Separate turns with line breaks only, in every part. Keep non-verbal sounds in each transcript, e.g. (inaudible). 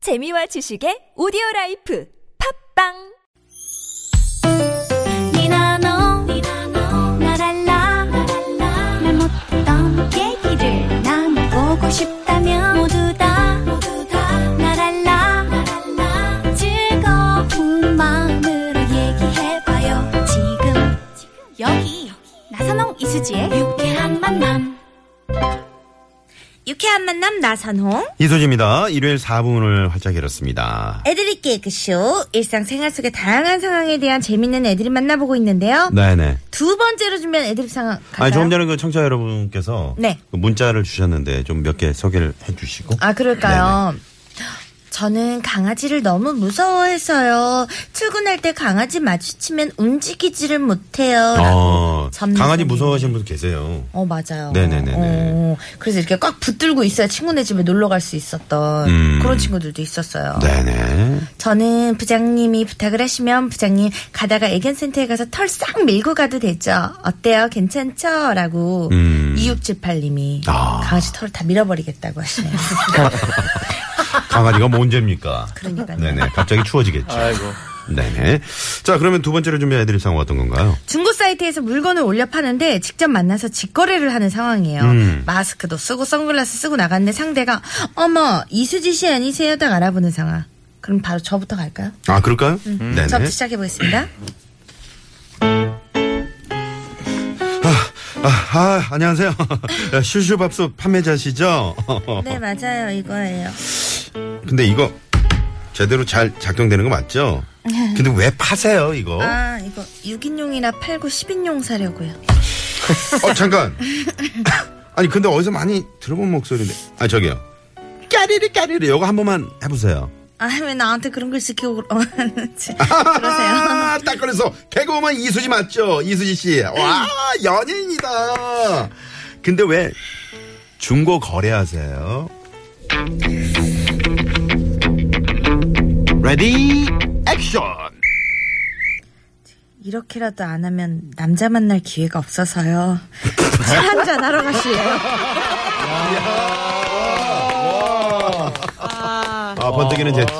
재미와 지식의 오디오 라이프 팝빵
니나노 나랄라 말 못했던 얘기를 나눠보고 싶다면 모두 다 나랄라 즐거운 마음으로 얘기해봐요 지금 여기 나선홍 이수지의 유쾌한 만남
유쾌한 만남 나선홍
이소지입니다. 일요일 4분을 활짝 열었습니다.
애드립 개그쇼 일상생활 속의 다양한 상황에 대한 재밌는 애드립 만나보고 있는데요.
네네.
두 번째로 준비한 애드립 상황 갈까요?
아니, 조금 전에 그 청취자 여러분께서
네.
그 문자를 주셨는데 좀 몇 개 소개를 해 주시고.
아 그럴까요? 저는 강아지를 너무 무서워해서요. 출근할 때 강아지 마주치면 움직이지를 못해요.
어,
라고 전미
강아지
선생님.
무서워하시는 분 계세요.
어 맞아요.
네네네네.
어, 그래서 이렇게 꽉 붙들고 있어야 친구네 집에 놀러 갈 수 있었던
음.
그런 친구들도 있었어요.
네네.
저는 부장님이 부탁을 하시면 부장님 가다가 애견센터에 가서 털 싹 밀고 가도 되죠. 어때요? 괜찮죠? 라고
음.
2678님이
아.
강아지 털을 다 밀어버리겠다고 하시네요.
(laughs) 강아지가 뭔 죄입니까?
그러니까요.
네네. 갑자기 추워지겠죠.
아이고.
네네. 자, 그러면 두 번째로 준비해 드릴 상황 어떤 건가요?
중고 사이트에서 물건을 올려 파는데 직접 만나서 직거래를 하는 상황이에요.
음.
마스크도 쓰고 선글라스 쓰고 나갔는데 상대가 어머 이수지 씨 아니세요? 딱 알아보는 상황. 그럼 바로 저부터 갈까요?
아, 그럴까요? 네네.
음. 저부터 시작해
(clears throat)
보겠습니다.
아, 아, 안녕하세요. (laughs) 슈슈밥솥 판매자시죠?
네 맞아요 이거예요.
어? 근데 이거 제대로 잘 작동되는 거 맞죠? 근데 왜 파세요, 이거?
아 이거 6인용이라 팔고 10인용 사려고요.
어, 잠깐. 아니, 근데 어디서 많이 들어본 목소리인데. 아, 저기요. 까리리, 까리리. 요거 한 번만 해보세요.
아 왜 나한테 그런 걸 시키고 그러- 그러세요?
아, 딱 그래서. 개그우먼 이수지 맞죠? 이수지 씨. 와, 연예인이다. 근데 왜 중고 거래하세요? 레디, 액션!
이렇게라도 안 하면 남자 만날 기회가 없어서요. 차 한잔 하러 가실래요?
아, 번뜩이는 재치.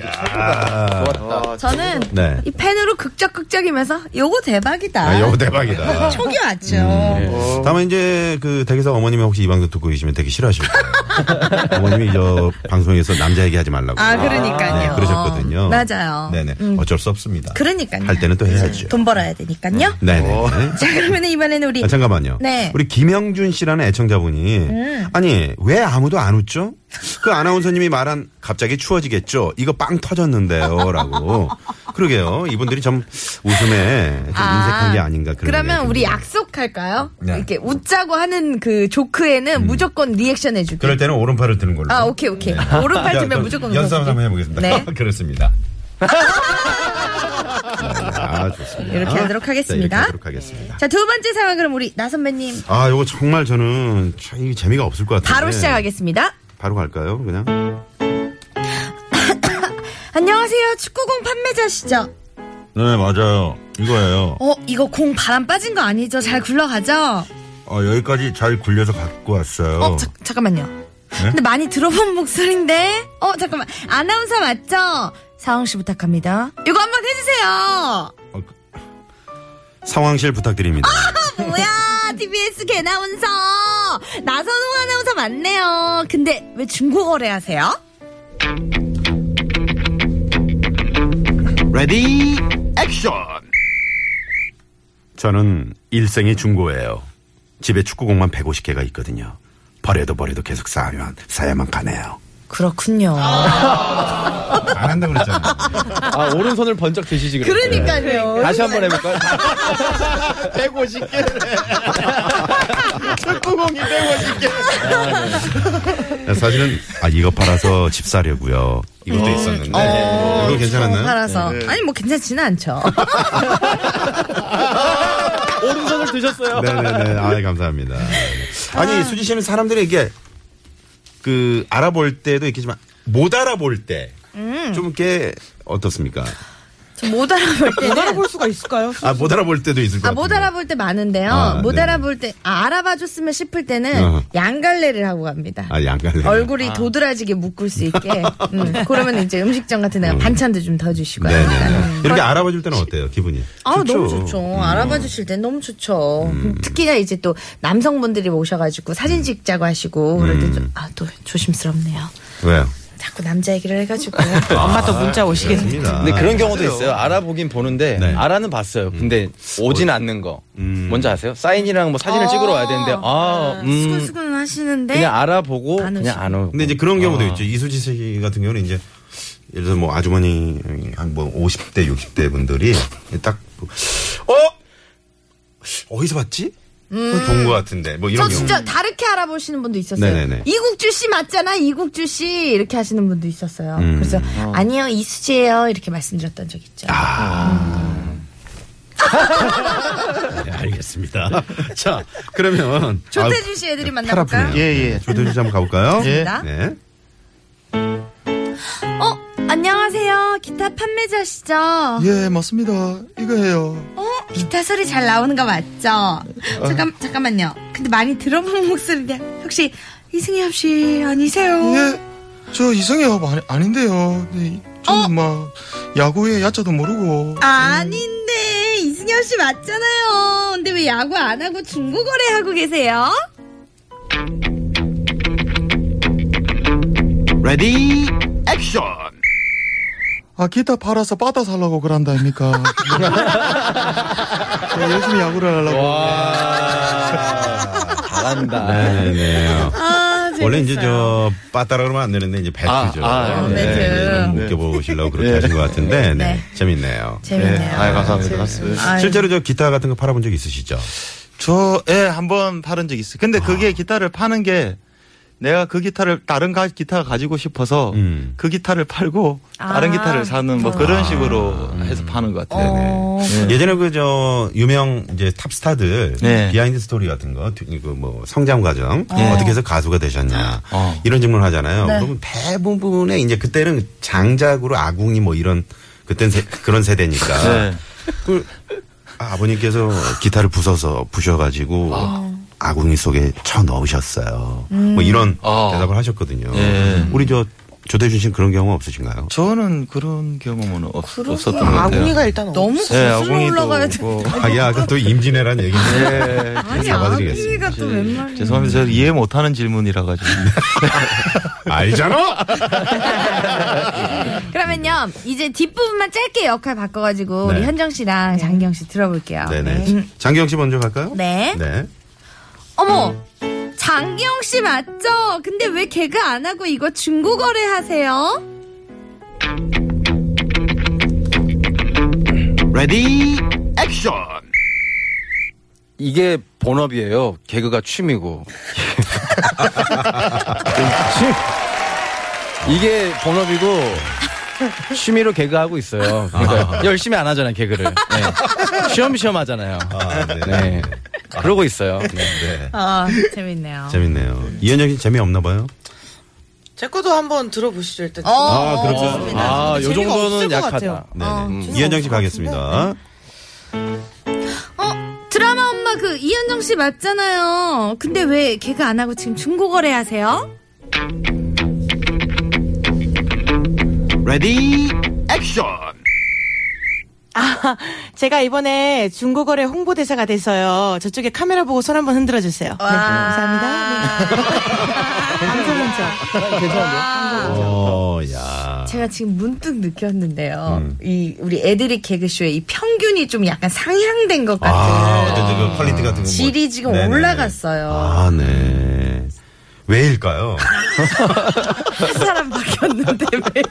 야.
아,
저는
네.
이 펜으로 극적극적이면서 요거 대박이다.
아, 요거 음, 대박이다.
촉이 왔죠.
다만 이제 그 댁에서 어머님이 혹시 이 방송 듣고 계시면 되게 싫어하실
(laughs)
거예요. 어머님이 저 방송에서 남자 얘기하지 말라고.
아 그러니까요.
네, 그러셨거든요.
맞아요. 음.
네네. 어쩔 수 없습니다.
그러니까요.
할 때는 또 해야죠.
돈 벌어야 되니까요.
네네. (laughs)
자 그러면 이번에는 우리
아, 잠깐만요.
네. 음.
우리 김영준 씨라는 애청자분이 아니 왜 아무도 안 웃죠? 그 아나운서님이 말한 갑자기 추워지겠죠. 이거 빵
(laughs)
터졌는데요라고. 그러게요. 이분들이 참 웃음에 좀
아,
인색한 게 아닌가 그런
그러면
생각이
우리
듭니다.
약속할까요?
네. 음.
이렇게 웃자고 하는 그 조크에는 무조건 리액션 해주기.
그럴 때는 오른팔을 드는 걸로.
아, 오케이, 오케이. 오른팔
(laughs) 자,
들면
그럼
무조건
연습
웃어볼게.
한번 해보겠습니다.
네.
(laughs) 그렇습니다. 네, 아, 좋습니다.
이렇게 하도록
자, 이렇게
하겠습니다.
하도록 하겠습니다.
자, 두 번째 상황 그럼 우리 나 선배님
아, 요거 정말 저는 참 이게 재미가 없을 것 같아요.
바로 시작하겠습니다.
바로 갈까요? 그냥
안녕하세요. 축구공 판매자시죠?
네, 맞아요. 이거예요.
어, 이거 공 바람 빠진 거 아니죠? 잘 굴러가죠?
어, 여기까지 잘 굴려서 갖고 왔어요.
어, 자- 잠깐만요. 근데 많이 들어본 목소리인데? 어, 잠깐만. 아나운서 맞죠? 사홍 씨 부탁합니다. 이거 한번 해주세요.
어, 그, 상황실 부탁드립니다.
뭐야 TBS 개나운서 나선홍 아나운서 맞네요 근데 왜 중고 거래하세요?
레디 액션. 저는 일생이 중고예요. 집에 축구공만 150개가 있거든요. 버려도 버려도 계속 쌓으면 쌓야만 가네요.
그렇군요
안 한다 그랬잖아요.
아, 오른손을 번쩍 드시지 그랬어요.
그러니까요
네. 다시 한 번 해볼까요?
150개. 축구공이 150개. 사실은 아 이거 팔아서 집 사려고요. 이것도 있었는데 이거 괜찮았나요?
어, 팔아서 아니 뭐 괜찮지는 않죠
오른손을 드셨어요.
네네네. 아 감사합니다. 아니 수지 씨는 사람들이 이게 그
음.
알아볼 때도 있겠지만 못 알아볼 때 좀 이렇게 어떻습니까?
못 알아볼
못
때는
알아볼 수가 있을까요?
아, 못 알아볼 때도 있을 것
아,
같아요.
못 알아볼 때 많은데요.
아,
못
네.
알아볼 때, 아, 알아봐 줬으면 싶을 때는
어허.
양갈래를 하고 갑니다.
아, 양갈래.
얼굴이 도드라지게 묶을 수
(laughs)
있게. 음, 그러면 이제 음식점 같은 데 가면 반찬도 좀 더 주시고.
네네. 음.
약간.
이렇게 알아봐 줄 때는 어때요, 기분이?
음. 아, 너무 좋죠. 알아봐 주실 땐 너무 좋죠.
음.
특히나 이제 또 남성분들이 오셔가지고 사진 찍자고 하시고 그럴
음.
때 좀, 아, 또 조심스럽네요.
왜요?
자꾸 남자 얘기를
(laughs)
해가지고.
아, 음.
엄마 또 문자 오시겠는데.
그렇습니다.
근데 그런 경우도
맞아요.
있어요. 알아보긴 보는데
네. 음.
알아는 봤어요. 근데 오진 않는 거. 뭔지 아세요? 사인이랑 뭐 사진을 찍으러 와야 되는데 아, 음.
수근수근 하시는데.
그냥 알아보고
네. 안
그냥 안 오고.
근데 이제 그런
아.
경우도 있죠. 이수지 씨 같은 경우는 이제 예를 들어 뭐 아주머니 한 뭐 50대 60대 분들이 딱 뭐, 어? 어디서 봤지? 본것 같은데 뭐 이런
음. 저
경우.
진짜 다르게 알아보시는 분도 있었어요.
네네네.
이국주 씨 맞잖아, 이국주 씨 이렇게 하시는 분도 있었어요.
음.
그래서 아니요 이수지예요 이렇게 말씀드렸던 적 있죠.
아, 네, 알겠습니다. (laughs) 자, 그러면
조태준 씨 애들이 만나볼까요?
예, 예. 조태준 씨 한번 가볼까요?
예.
네.
어 안녕하세요 기타 판매자시죠?
예, 맞습니다. 이거예요.
어 기타 소리 잘 나오는 거 맞죠? 잠깐 잠깐만요. 근데 많이 들어본 목소리인데 혹시 이승엽 씨 아니세요?
네.
예, 저 이성엽 아니, 아닌데요. 네, 저는 막 야구의 야자도 모르고.
아닌데 이승엽 씨 맞잖아요. 근데 왜 야구 안 하고 중고 거래하고 계세요?
레디 액션
아, 기타 팔아서 받아 살라고 그런다입니까? (laughs) 네, 열심히 야구를 하려고.
와. 아. 잘한다.
네, 네.
아,
원래 이제 저 빠따라 그러면 안 되는데 이제 배트죠. 네,
아, 아,
배트.
뭐 묶여보시려고 그렇게 하신 것 같은데 네.
네.
재밌네요.
재밌네요.
감사합니다.
네.
아유.
실제로 저 기타 같은 거 팔아본 적 있으시죠?
저, 예, 한 번 팔은 적 있어요. 근데 그게 기타를 파는 게 내가 그 기타를 다른 가, 기타 가지고 싶어서
음.
그 기타를 팔고 다른
아.
기타를 사는 뭐 그런 식으로 해서 파는 것
네.
같아요.
어,
예전에 그 저 유명 이제 탑스타들
네.
비하인드 스토리 같은 거, 그 뭐 성장 과정 어떻게 해서 가수가 되셨냐
어.
이런 질문 을 하잖아요. 그러면 대부분의 이제 그때는 장작으로 아궁이 뭐 이런 그땐 세- 그런 세대니까
네.
그 아, 버님께서 기타를 부숴서 부셔가지고
어.
아궁이 속에 쳐 넣으셨어요. 뭐 이런
아.
대답을 하셨거든요.
예.
우리 저 조대준 씨는 그런 경험 없으신가요?
저는 그런 경험은 없, 없었던 것 같아요.
아궁이가 일단 없-
네,
너무
네,
거슬러 올라가야
뭐
돼.
고
하긴 아까 또 임진왜란 얘기데 예,
예.
아니
잡아드리겠습니다.
아기가 또 웬 말이야?
(laughs) 죄송합니다. 제가 이해 못하는 질문이라 가지고.
알잖아.
그러면요 이제 뒷부분만 짧게 역할 바꿔가지고
네.
우리 현정 씨랑 장경 씨 들어볼게요.
네네.
음,
장기영 씨 먼저 갈까요?
네.
네.
어머
음.
장경 씨 맞죠? 근데 왜 개그 안 하고 이거 중고 거래하세요?
레디 액션
이게 본업이에요. 개그가 취미고. 이게 본업이고 취미로 개그하고 있어요. 그러니까 열심히 안 하잖아요, 개그를. 네. 쉬엄쉬엄 하잖아요.
아, 네.
네. 그러고 있어요.
네.
아 재밌네요.
재밌네요. 이현정 씨 재미없나 봐요?
제 것도 한번 들어보시죠 일단.
어,
그렇죠.
아, 요
재미가 없을
정도는
것
약하다.
같아요.
네.
어,
이현정 씨 가겠습니다.
어, 드라마 엄마 그 이현정 씨 맞잖아요. 근데 왜 개그 안 하고 지금 중고 거래하세요?
레디 액션
제가 이번에 중고거래 홍보대사가 돼서요. 저쪽에 카메라 보고 손 한번 흔들어 주세요. 네, 감사합니다. 네.
아.
어, 야.
제가 지금 문득 느꼈는데요.
음.
이 우리 애들이 개그쇼의 이 평균이 좀 약간 상향된 것 같은
아, 어쨌든 그 퀄리티 같은 거. 뭐-
질이 지금
네네.
올라갔어요.
아, 네.
(laughs)
왜일까요?
사람 바뀌었는데 왜?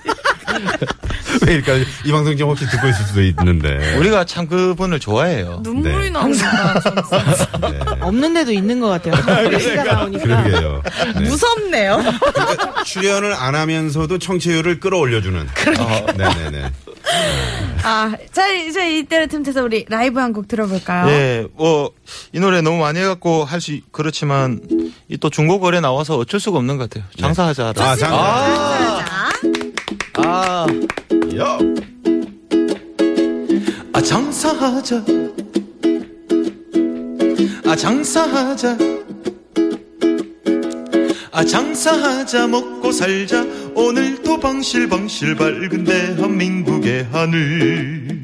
(laughs)
왜일까요? 이 방송 좀 혹시 듣고 있을 수도
네.
있는데.
우리가 참 그분을 좋아해요.
눈물이
나온다.
네.
없는 데도 있는 것 같아요. 얘기가 나오니까.
그러게요. 네. 그러니까
무섭네요.
출연을 안 하면서도 청취율을 끌어올려주는.
그러니까.
어, 네네네.
아, 자 이제 이때를 틈타서 우리 라이브 한 곡 들어볼까요?
예, 뭐, 이 노래 너무 많이 해갖고 할 수, 그렇지만, 이 또 중고거래 나와서 어쩔 수가 없는 것
네.
같아요. 장사하자.
아, 장. 아,
자,
아,
요.
아 장사하자 아 장사하자 아 장사하자 먹고 살자 오늘도 방실방실 밝은 대한민국의 하늘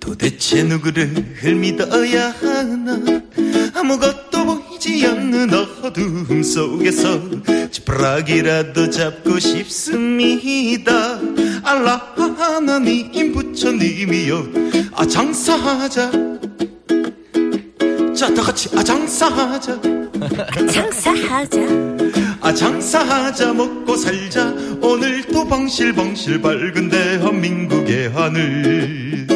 도대체 누구를 믿어야 하나 아무것도 보이지 않는 어둠 속에서 지푸라기라도 잡고 싶습니다 알라 하나님 부처님이여 아 장사하자 자 다같이 아 장사하자
장사하자
아 장사하자 먹고 살자 오늘도 방실방실 밝은 대한민국의 하늘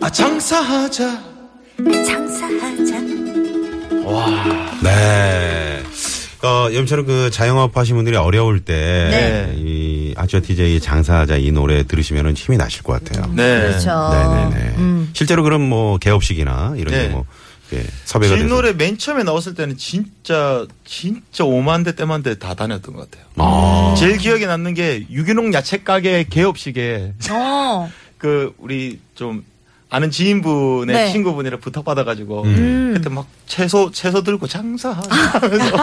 아 장사하자
장사하자
네. 어, 염처럼 그 자영업 하신 분들이 어려울 때.
네.
이 아저 DJ의 장사하자 이 노래 들으시면은 힘이 나실 것 같아요.
네
그렇죠.
네네네. 실제로 그럼 뭐 개업식이나 이런
네.
게 뭐, 예, 섭외가
이
돼서.
노래 맨 처음에 나왔을 때는 진짜 진짜 오만 대 때만 대 다 다녔던 것 같아요
아.
제일 기억에 남는 게 유기농 야채 가게 개업식에
어.
그 우리 좀 아는 지인분의
네.
친구분이랑 부탁받아가지고
음.
그때 막 채소 채소 들고 장사
아,
하면서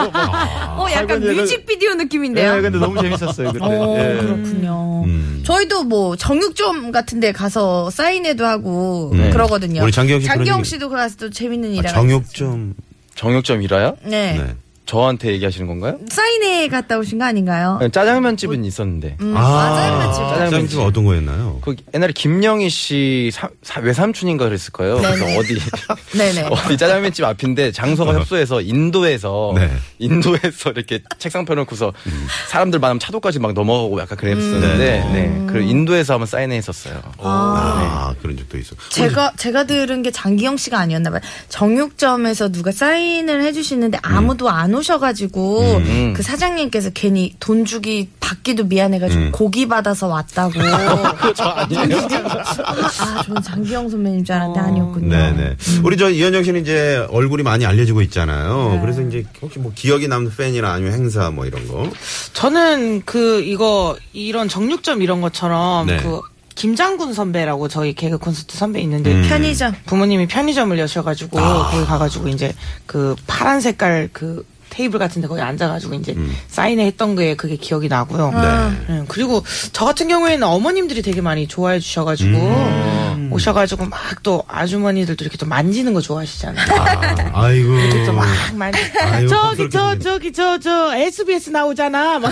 어, 약간
아이고, 얘는-
뮤직비디오 느낌인데요.
네, 근데 너무 재밌었어요 그때.
어,
예.
그렇군요.
예. 네. 음.
저희도 뭐 정육점 같은 데 가서 사인회도 하고
네.
그러거든요.
우리 장기영 씨 그런 얘기-
씨도 가서 또 재밌는 일
아, 정육점.
정육점 일화요?
네.
네.
저한테 얘기하시는 건가요?
사인회 갔다 오신 거 아닌가요?
아니, 짜장면
뭐,
집은 있었는데.
음,
아,
맞아요.
짜장면
짜장면집
집이요.
어떤 거였나요?
그 옛날에 김영희 씨 사- 사- 외삼촌인가 그랬을 거예요. 그래서
네네.
(laughs)
어디
네네.
어디 짜장면집 앞인데 장소가 협소해서 인도에서
어. 네. 음.
인도에서 이렇게 책상 펴놓고서 사람들 많으면 차도까지 막 넘어가고 약간 그랬었는데 네. 그 인도에서 한번 사인회했었어요.
아, 그런 적도 있어.
제가 제가 들은 게 장기영 씨가 아니었나 봐요. 정육점에서 누가 사인을 해주시는데 아무도 안 오셔가지고 그 사장님께서 괜히 돈 주기 받기도 미안해가지고 고기 받아서 왔다고.
저 아니에요?
아, 저는 장기영 선배님 줄 알았는데 아니었군요.
네네. 우리 저 이현정 씨는 이제 얼굴이 많이 알려지고 있잖아요. 그래서 이제 혹시 뭐 기억에 남는 팬이나 아니면 행사 뭐 이런 거.
저는 그 이거 이런 정육점 이런 것처럼
네.
그 김장군 선배라고 저희 개그 콘서트 선배 있는데
음.
(laughs)
편의점.
부모님이 편의점을 여셔가지고 거기 가가지고 이제 그 파란 색깔 그 테이블 같은데 거기 앉아가지고 이제 사인회 했던 게 그게 기억이 나고요. 네, 그리고 저 같은 경우에는 어머님들이 되게 많이 좋아해 주셔가지고 오셔가지고 막 또 아주머니들도 이렇게 또 만지는 거 좋아하시잖아요.
아, 이고
막 만지.
아유,
저기 저
깜짝이야.
저기 저 저 SBS 나오잖아. 막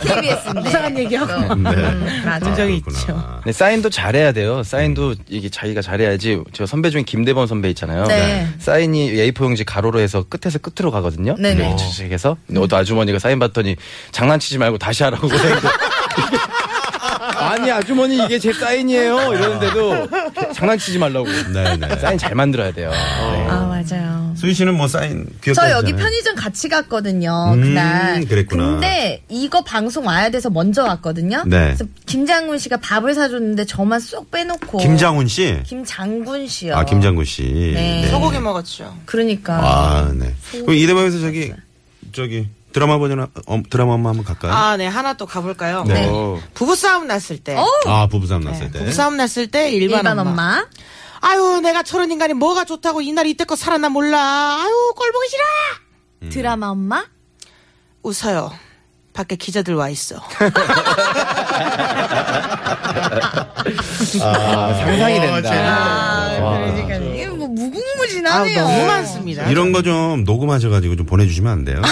KBS인데. 음,
이상한 얘기하고.
네.
맞아.
본 적이
그렇구나.
있죠.
네, 사인도 잘해야 돼요. 사인도 이게 자기가 잘해야지. 제가 선배 중에 김대범 선배 있잖아요.
네.
사인이 A4 용지 가로로 해서 끝에서 끝으로 가거든요.
네네.
네, 주식에서 너도 아주머니가 사인 받더니 장난치지 말고 다시 하라고. 그러는데 (laughs) 아니 아주머니 이게 제 사인이에요. 이러는데도 장난치지 말라고.
네네. (laughs)
사인 잘 만들어야 돼요. 네.
아 맞아요.
수희 씨는 뭐 사인 기억도
저 여기
하잖아요.
편의점 같이 갔거든요.
음,
그날.
그랬구나.
근데 이거 방송 와야 돼서 먼저 왔거든요.
네.
그래서 김장군 씨가 밥을 사줬는데 저만 쏙 빼놓고.
김장훈 씨.
김장군 씨요.
아, 김장군 씨.
네.
소고기 먹었죠.
그러니까.
아, 네. 그럼 이 대목에서 저기 저기 드라마 버전 어, 드라마 엄마 한번 갈까요? 아,
아, 네. 하나 또 가볼까요?
네.
어.
부부싸움 났을 때.
아, 부부싸움
네,
났을 때.
부부싸움 났을 때 일반,
어? 일반, 엄마.
엄마. 아유, 내가 저런 인간이 뭐가 좋다고 이날 이때껏 살았나 몰라. 아유, 꼴보기 싫어!
드라마 엄마.
웃어요. 밖에 기자들 와 있어.
아, 상상이 된다.
그러니까 이게 뭐
아,
무궁무진하네요.
너무 많습니다.
이런 거 좀 녹음하셔가지고 좀 보내주시면 안 돼요? (laughs)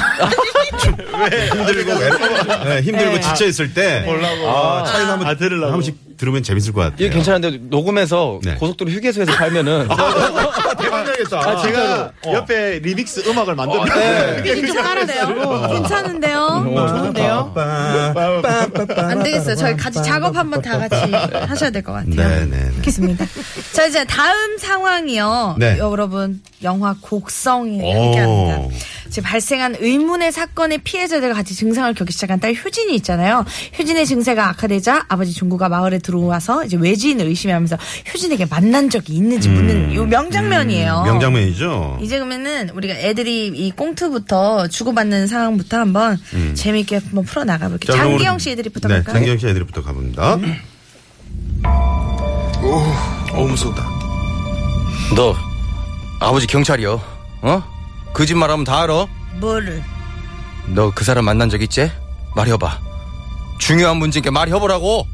왜? 힘들고, 외로워. 네, 힘들고 지쳐있을 때.
네.
몰라고. 아, 차에서 한 번, 한 번씩 들으면 재밌을 것 같아요.
이게 괜찮은데 녹음해서
네.
고속도로 휴게소에서 팔면은
대박 나겠다.
아, 제가 옆에 리믹스 음악을 만들었는데
좀 깔아내요. 괜찮은데요?
좋은데요?
안 되겠어요. 저희 같이 작업 한번 다 같이 하셔야 될 것 같아요.
네네네. (laughs)
좋겠습니다. 자, 이제 다음 상황이요.
네.
여러분, 영화 곡성이
오.
함께합니다. 지금 발생한 의문의 사건의 피해자들과 같이 증상을 겪기 시작한 딸 효진이 있잖아요. 효진의 증세가 악화되자 아버지 종구가 마을에 들어와서 이제 외지인을 의심하면서 효진에게 만난 적이 있는지 묻는 요 명장면이에요.
음. 명장면이죠.
어. 이제 그러면은 우리가 애들이 이 꽁트부터 주고받는 상황부터 한번 재미있게 한번 풀어 나가 볼게요.
음. 자, 그럼 우리-
장기영 씨 애들이부터
네,
볼까요?
장기영 씨 애들부터 가봅니다.
어 무섭다.
너 아버지 경찰이요. 어? 거짓말하면 다 알아.
뭐를
너 그 사람 만난 적 있지? 말해봐. 중요한 문제니까 말해보라고.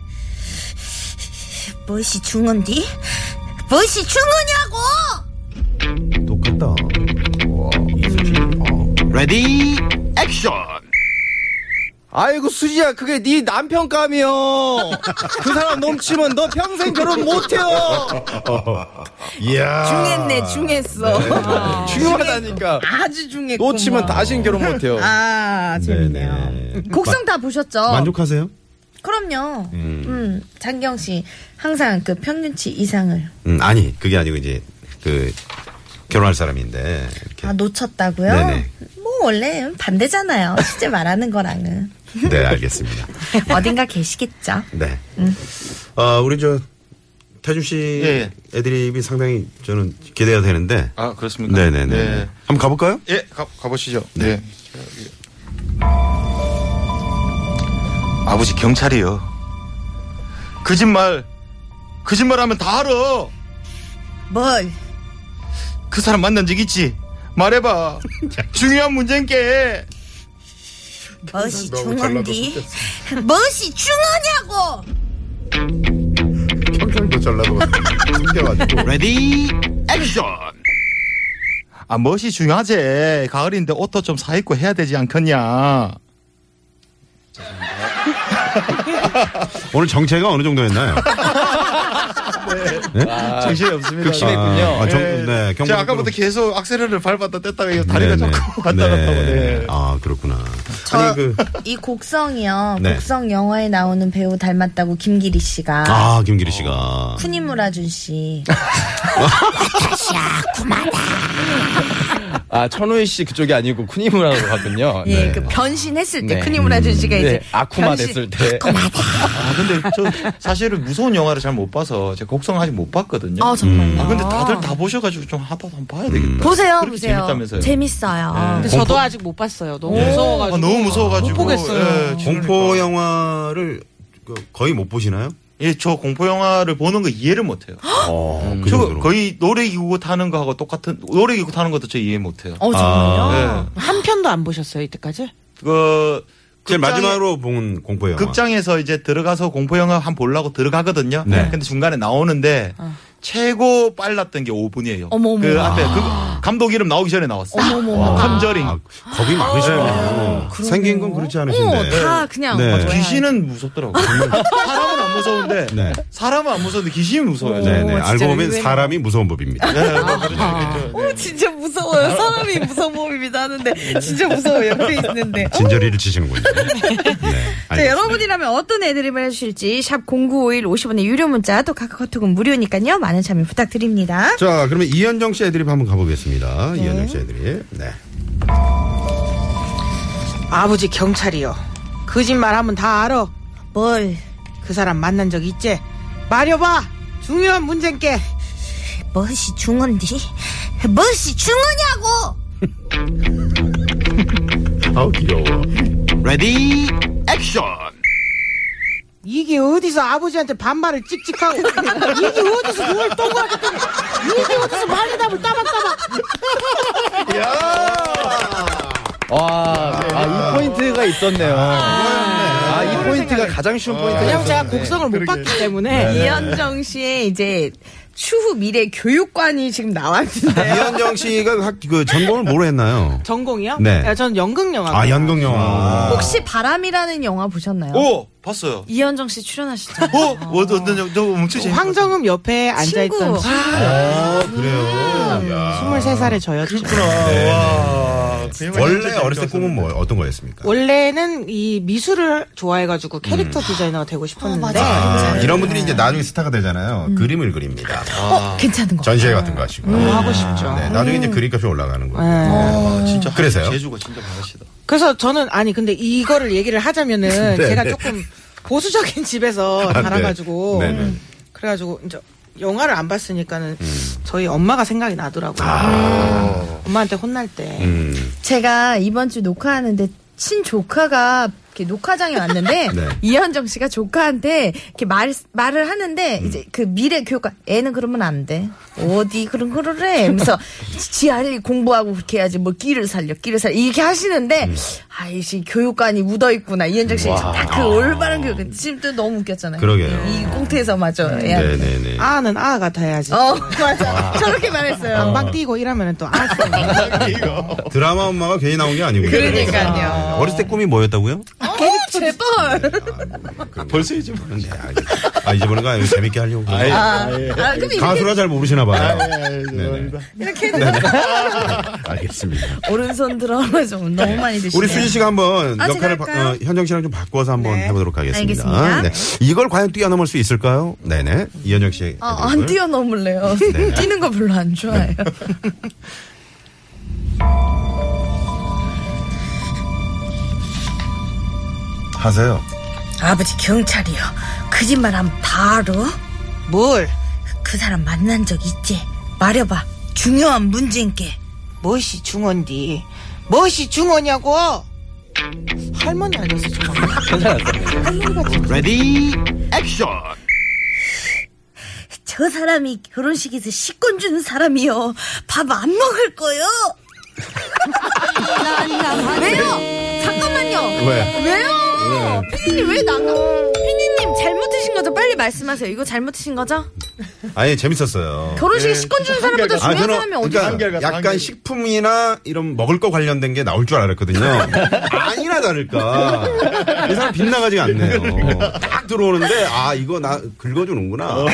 무엇이 중헌디? 무엇이 중헌이라고?
똑같다.
Ready, action.
아이고 수지야 그게 네 남편감이요. 그 사람 넘치면 너 평생 결혼 못해요.
이야.
중했네 중했어.
중요하다니까.
아주 중했고.
놓치면 다신 결혼 못해요.
아 재밌네요.
네네.
곡성 어. 다 보셨죠?
만족하세요?
그럼요. 음. 장기영 씨 항상 그 평균치 이상을
음, 아니, 그게 아니고 이제 그 결혼할 사람인데 이렇게.
아 놓쳤다고요?
네네.
뭐 원래 반대잖아요. 실제 말하는 거랑은
네, 알겠습니다.
어딘가 계시겠죠.
네.
음.
아, 우리 저 태준 씨
예,
애드립이 상당히 저는 기대가 되는데.
아 그렇습니까?
네, 네,
예.
네. 한번 가 볼까요?
예, 가, 가보시죠. 네. 아버지 경찰이요. 거짓말, 거짓말하면 다 알아.
뭘?
그 사람 만난 적 있지?
(laughs)
말해봐. 중요한 문제인게.
무엇이 중헌디? 무엇이 중헌이라고?
평창도 전라도 생겨가지고
Ready, action.
아, 멋이 중요하지. 가을인데 옷도 좀 사입고 해야 되지 않겠냐.
아, 오늘 정체가
(laughs)
어느 정도였나요?
정신이 없습니다.
극심했군요.
아, 정, 네. 경고
예. 제가 아까부터 계속 악셀을 밟았다 뗐다 이거
네.
다리가 자꾸 (laughs) 왔다 갔다 하고. 네.
아, 그렇구나.
저-
아니, 그,
이 곡성이요.
네.
곡성 영화에 나오는 배우 닮았다고 김기리 씨가
아, 김기리 씨가.
쿠니무라준 씨.
아 천우희 씨 그쪽이 아니고 쿠니무라로 갔군요.
예,
네.
그 변신했을
네.
때 쿠니무라준 씨가 이제
네, 아쿠마
변신-
됐을 때.
아, 근데 저 사실은 무서운 영화를 잘 못 봐서 제가 곡성 아직 못 봤거든요.
아 정말.
아, 근데 다들 다 보셔가지고 좀 하다 한번 봐야
음.
되겠다.
보세요,
그렇게
보세요.
재밌다면서요.
재밌어요.
근데 저도 아직 못 봤어요. 너무
아,
무서워가지고.
너무 무서워가지고.
못
예,
보겠어요.
공포 영화를 그- 거의 못 보시나요?
예, 저 공포 영화를 보는 거 이해를 못해요.
어, 그
저
정도로.
거의 놀이기구 타는 거하고 똑같은 놀이기구 타는 것도 저 이해 못해요. 예.
어
아.
정말요?
한 편도 안 보셨어요 이때까지?
그
제일
극장에-
마지막으로 본 공포 영화.
극장에서 이제 들어가서 공포 영화 한 보려고 들어가거든요.
네.
근데 중간에 나오는데 최고 빨랐던 게 5분이에요.
어머, 어머.
그 앞에 그 감독 이름 나오기 전에 나왔어요. 컨저링.
아, 겁이 많으시네요. 아, 생긴 건 그렇지
어,
않으신데.
다 그냥
네.
뭐야.
귀신은 무섭더라고요. 사람은 안 무서운데
(laughs) 네.
사람은 안 무서운데 귀신이 무서워요. 네. 아,
네, 네. 알고 보면 사람이 무서운 법입니다.
오, 어, 진짜 무서워요. 사람이 무서운 몸입니다 하는데 진짜 무서워 옆에 있는데.
진저리를 (laughs) 치시는군요. 네.
자,
알겠습니다.
여러분이라면 어떤 애드립을 해주실지 샵 0951 50원의 유료 문자 또 카카오 톡은 무료니까요. 많은 참여 부탁드립니다.
자, 그러면 이현정 씨 애드립 한번 가보겠습니다. 이현정 씨 애드립. 네.
아버지 경찰이요. 거짓말하면 다 알아.
뭘?
그 사람 만난 적 있지? 말여봐. 중요한 문제인게.
무엇이 중헌디? 무엇이 중헌이라고?
아우, 귀여워.
Ready, action.
이게 어디서 아버지한테 반말을 (laughs) 찍찍하고 이게 어디서 그걸 동그랗게 뜨고 이게 어디서 말리답을 따박따박
와, 아, 이 포인트가 있었네요. 아, 이 포인트가 가장 쉬운
아,
포인트가
왜냐면 제가
있었는데.
곡성을 못 봤기 때문에
네. 이현정 씨의 이제 추후 미래 교육관이 지금 나왔는데.
이현정 씨가 학, 그 전공을 뭐로 했나요?
전공이요?
네.
야, 전 연극 영화.
아, 연극 영화.
혹시 바람이라는 영화 보셨나요?
오 봤어요.
이현정 씨 출연하시죠.
어? 어, 너, 너, 너, 너 엄청 재밌
그 황정음 옆에 앉아있던
친구.
아, 그래요.
아.
야.
23살의 저였죠.
네,
와. 그 영화
원래
진짜
어렸을 때
재밌었어요.
꿈은 뭐, 어떤 거였습니까?
원래는 이 미술을 좋아해가지고 캐릭터 디자이너가 되고 싶었는데
아, 이런 분들이 이제 나중에 스타가 되잖아요. 그림을 그립니다.
아, 괜찮은 거.
전시회 같은 거 하시고.
뭐 하고 싶죠.
네, 나중에 이제 그림값이 올라가는 네. 거예요.
아, 진짜
그래서요?
재주가 진짜 많으시다.
그래서 저는 아니 근데 이거를 얘기를
(laughs)
하자면은
네,
제가
네.
조금 보수적인 집에서
네.
자라가지고
네네.
음. 그래가지고 이제 영화를 안 봤으니까는
음.
저희 엄마가 생각이 나더라고요. 음. 엄마한테 혼날 때
아. 음.
제가 이번 주 녹화하는데 친 조카가 이렇게 녹화장에 왔는데
(laughs) 네.
이현정 씨가 조카한테 이렇게 말 말을 하는데
음.
이제 그 미래 교육과 애는 그러면 안 돼. 어디 그런 거를 해. 그래서 지 아이 공부하고 그렇게 해야지 뭐 끼를 살려 끼를 살려 이렇게 하시는데
음.
아이씨 교육관이 묻어 있구나. 이현정 씨가 딱 그 올바른 교육. 지금 또 너무 웃겼잖아요.
그러게요.
이 꽁트에서 마저 애한테.
네네네.
아는 아같아야지
어 (laughs) 맞아. 저렇게 말했어요.
방방 뛰고 이러면 또 (laughs) 아가
드라마 엄마가 괜히 나온 게 네. 아니군요.
그러니까요.
어렸을 때 꿈이 뭐였다고요?
어, 제발.
벌써 잊어버렸네. 아, 잊어버린 거 아니고 아, 네, 재밌게 하려고.
아, 아, 그럼 이렇게
예. 가수라 잘 모르시나 봐요.
죄송합니다.
이렇게 해도
알겠습니다.
오른손 드라마 좀 너무 많이 드시네요.
우리 수진 씨가 한번
아, 제가
역할을 바-
할까요? 네.
어, 현정 씨랑 좀 바꿔서 한번 해보도록 하겠습니다. 네.
알겠습니다.
이걸 과연 뛰어넘을 수 있을까요? 네네. 이현정 씨의.
아, 안 뛰어넘을래요.
네.
뛰는 거 별로 안 좋아해요.
하세요.
아버지 경찰이요. 그 집 말하면 바로
뭘
그 사람 만난 적 있지? 말해봐. 중요한 문제인게.
무엇이 중헌디 무엇이 중헌이냐고 할머니 아니었어 정말
Ready, action!
저 사람이 결혼식에서 식권 주는 사람이요. 밥 안 먹을 거요.
왜요? 잠깐만요.
왜?
왜요? 피디님 왜 나가? 피디님 잘못하신 거죠? 빨리 말씀하세요. 이거 잘못하신 거죠?
아니, 재밌었어요.
결혼식에 식권 주는 사람보다 중요한 사람이 어디
네. 아, 그러니까
한결 같아,
약간
한결.
식품이나 이런 먹을 거 관련된 게 나올 줄 알았거든요.
(laughs)
아니나 다를까. 이 사람 빗나가지가 않네요. 딱 들어오는데, 아, 이거 나 긁어주는구나.
(laughs)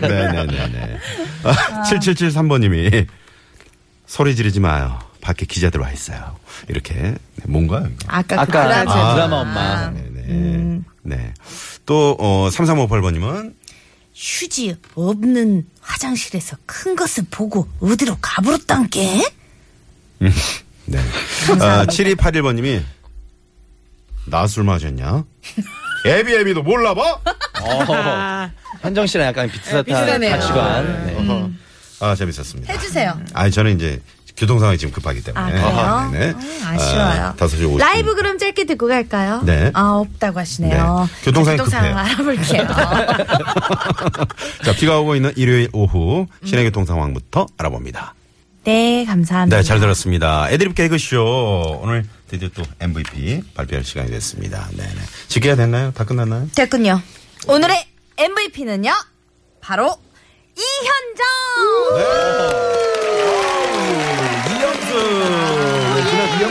네네네. 7773번님이 소리 지르지 마요. 밖에 기자들 와 있어요. 이렇게. 네, 뭔가요? 이거?
아까 그
아까
브라질.
아, 드라마 엄마.
네네.
음.
네. 또, 어, 3358번님은
휴지 없는 화장실에서 큰 것을 보고 어디로 가버렸단게?
네. 아, 7281번님이 나 술 마셨냐? 애비 애비도 몰라봐?
어, 현정 씨랑 약간 비슷한
아. 비슷하네요.
가치관. 네.
아 재밌었습니다.
해주세요.
아니 저는 이제 교통 상황이 지금 급하기 때문에.
아, 그래요?
네네.
음, 아쉬워요.
아, 5시 50분.
라이브 그럼 짧게 듣고 갈까요?
네.
아, 없다고 하시네요.
네. 교통상황이
교통상황
급해요.
알아볼게요.
(laughs) 자 비가 오고 있는 일요일 오후 시내 교통 상황부터 알아봅니다.
네, 감사합니다.
네 잘 들었습니다. 애드립 개그쇼 오늘 드디어 또 MVP 발표할 시간이 됐습니다. 네네. 지켜야 됐나요? 다 끝났나요?
됐군요. 오늘의 MVP는요, 바로 이현정!
이연승.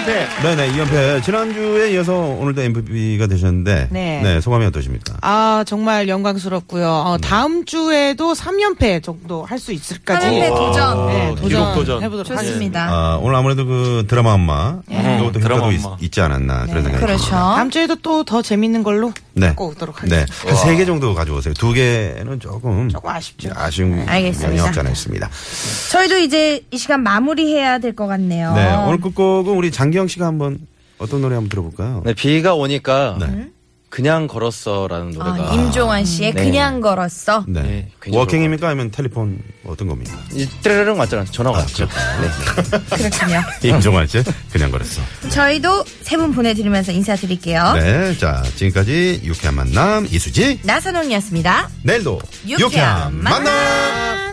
예. 네네 이연패 지난주에 이어서 오늘도 MVP가 되셨는데 네,
네.
소감이 어떠십니까?
아 정말 영광스럽고요 어, 다음 주에도 3연패 정도 할 수 있을까지
삼연패 도전.
네,
기록
도전,
도전.
해보도록 하겠습니다
좋습니다.
아, 오늘 아무래도 그 드라마 엄마 이것도
네,
효과도
드라마 엄마.
있, 있지 않았나 그런 생각이 듭니다.
그렇죠.
다음 주에도 또 더 재밌는 걸로 갖고 오도록
네.
하겠습니다
한 세 개 정도 가져오세요. 두 개는 조금
조금 아쉽죠
아쉬운
알겠습니다.
면이 없지 않아 있습니다.
저희도 이제 이 시간 마무리해야 될 것 같네요.
네. 오늘 끝곡은 우리 장기영 씨가 한번 어떤 노래 한번 들어볼까요?
네, 비가 오니까
네.
그냥 걸었어라는
아,
노래가
임종환 씨의
네.
그냥 걸었어.
네.
네, 굉장히
워킹입니까? 아니면 텔레폰 어떤 겁니까?
이 띠르르릉 왔잖아. 전화가 왔죠. 네.
그렇군요.
(laughs) 임종환 씨 그냥 그랬어.
저희도 세 분 보내드리면서 인사드릴게요.
네. 자, 지금까지 유쾌한 만남 이수지.
나선홍이었습니다.
내일도
유쾌한
유쾌한 만남.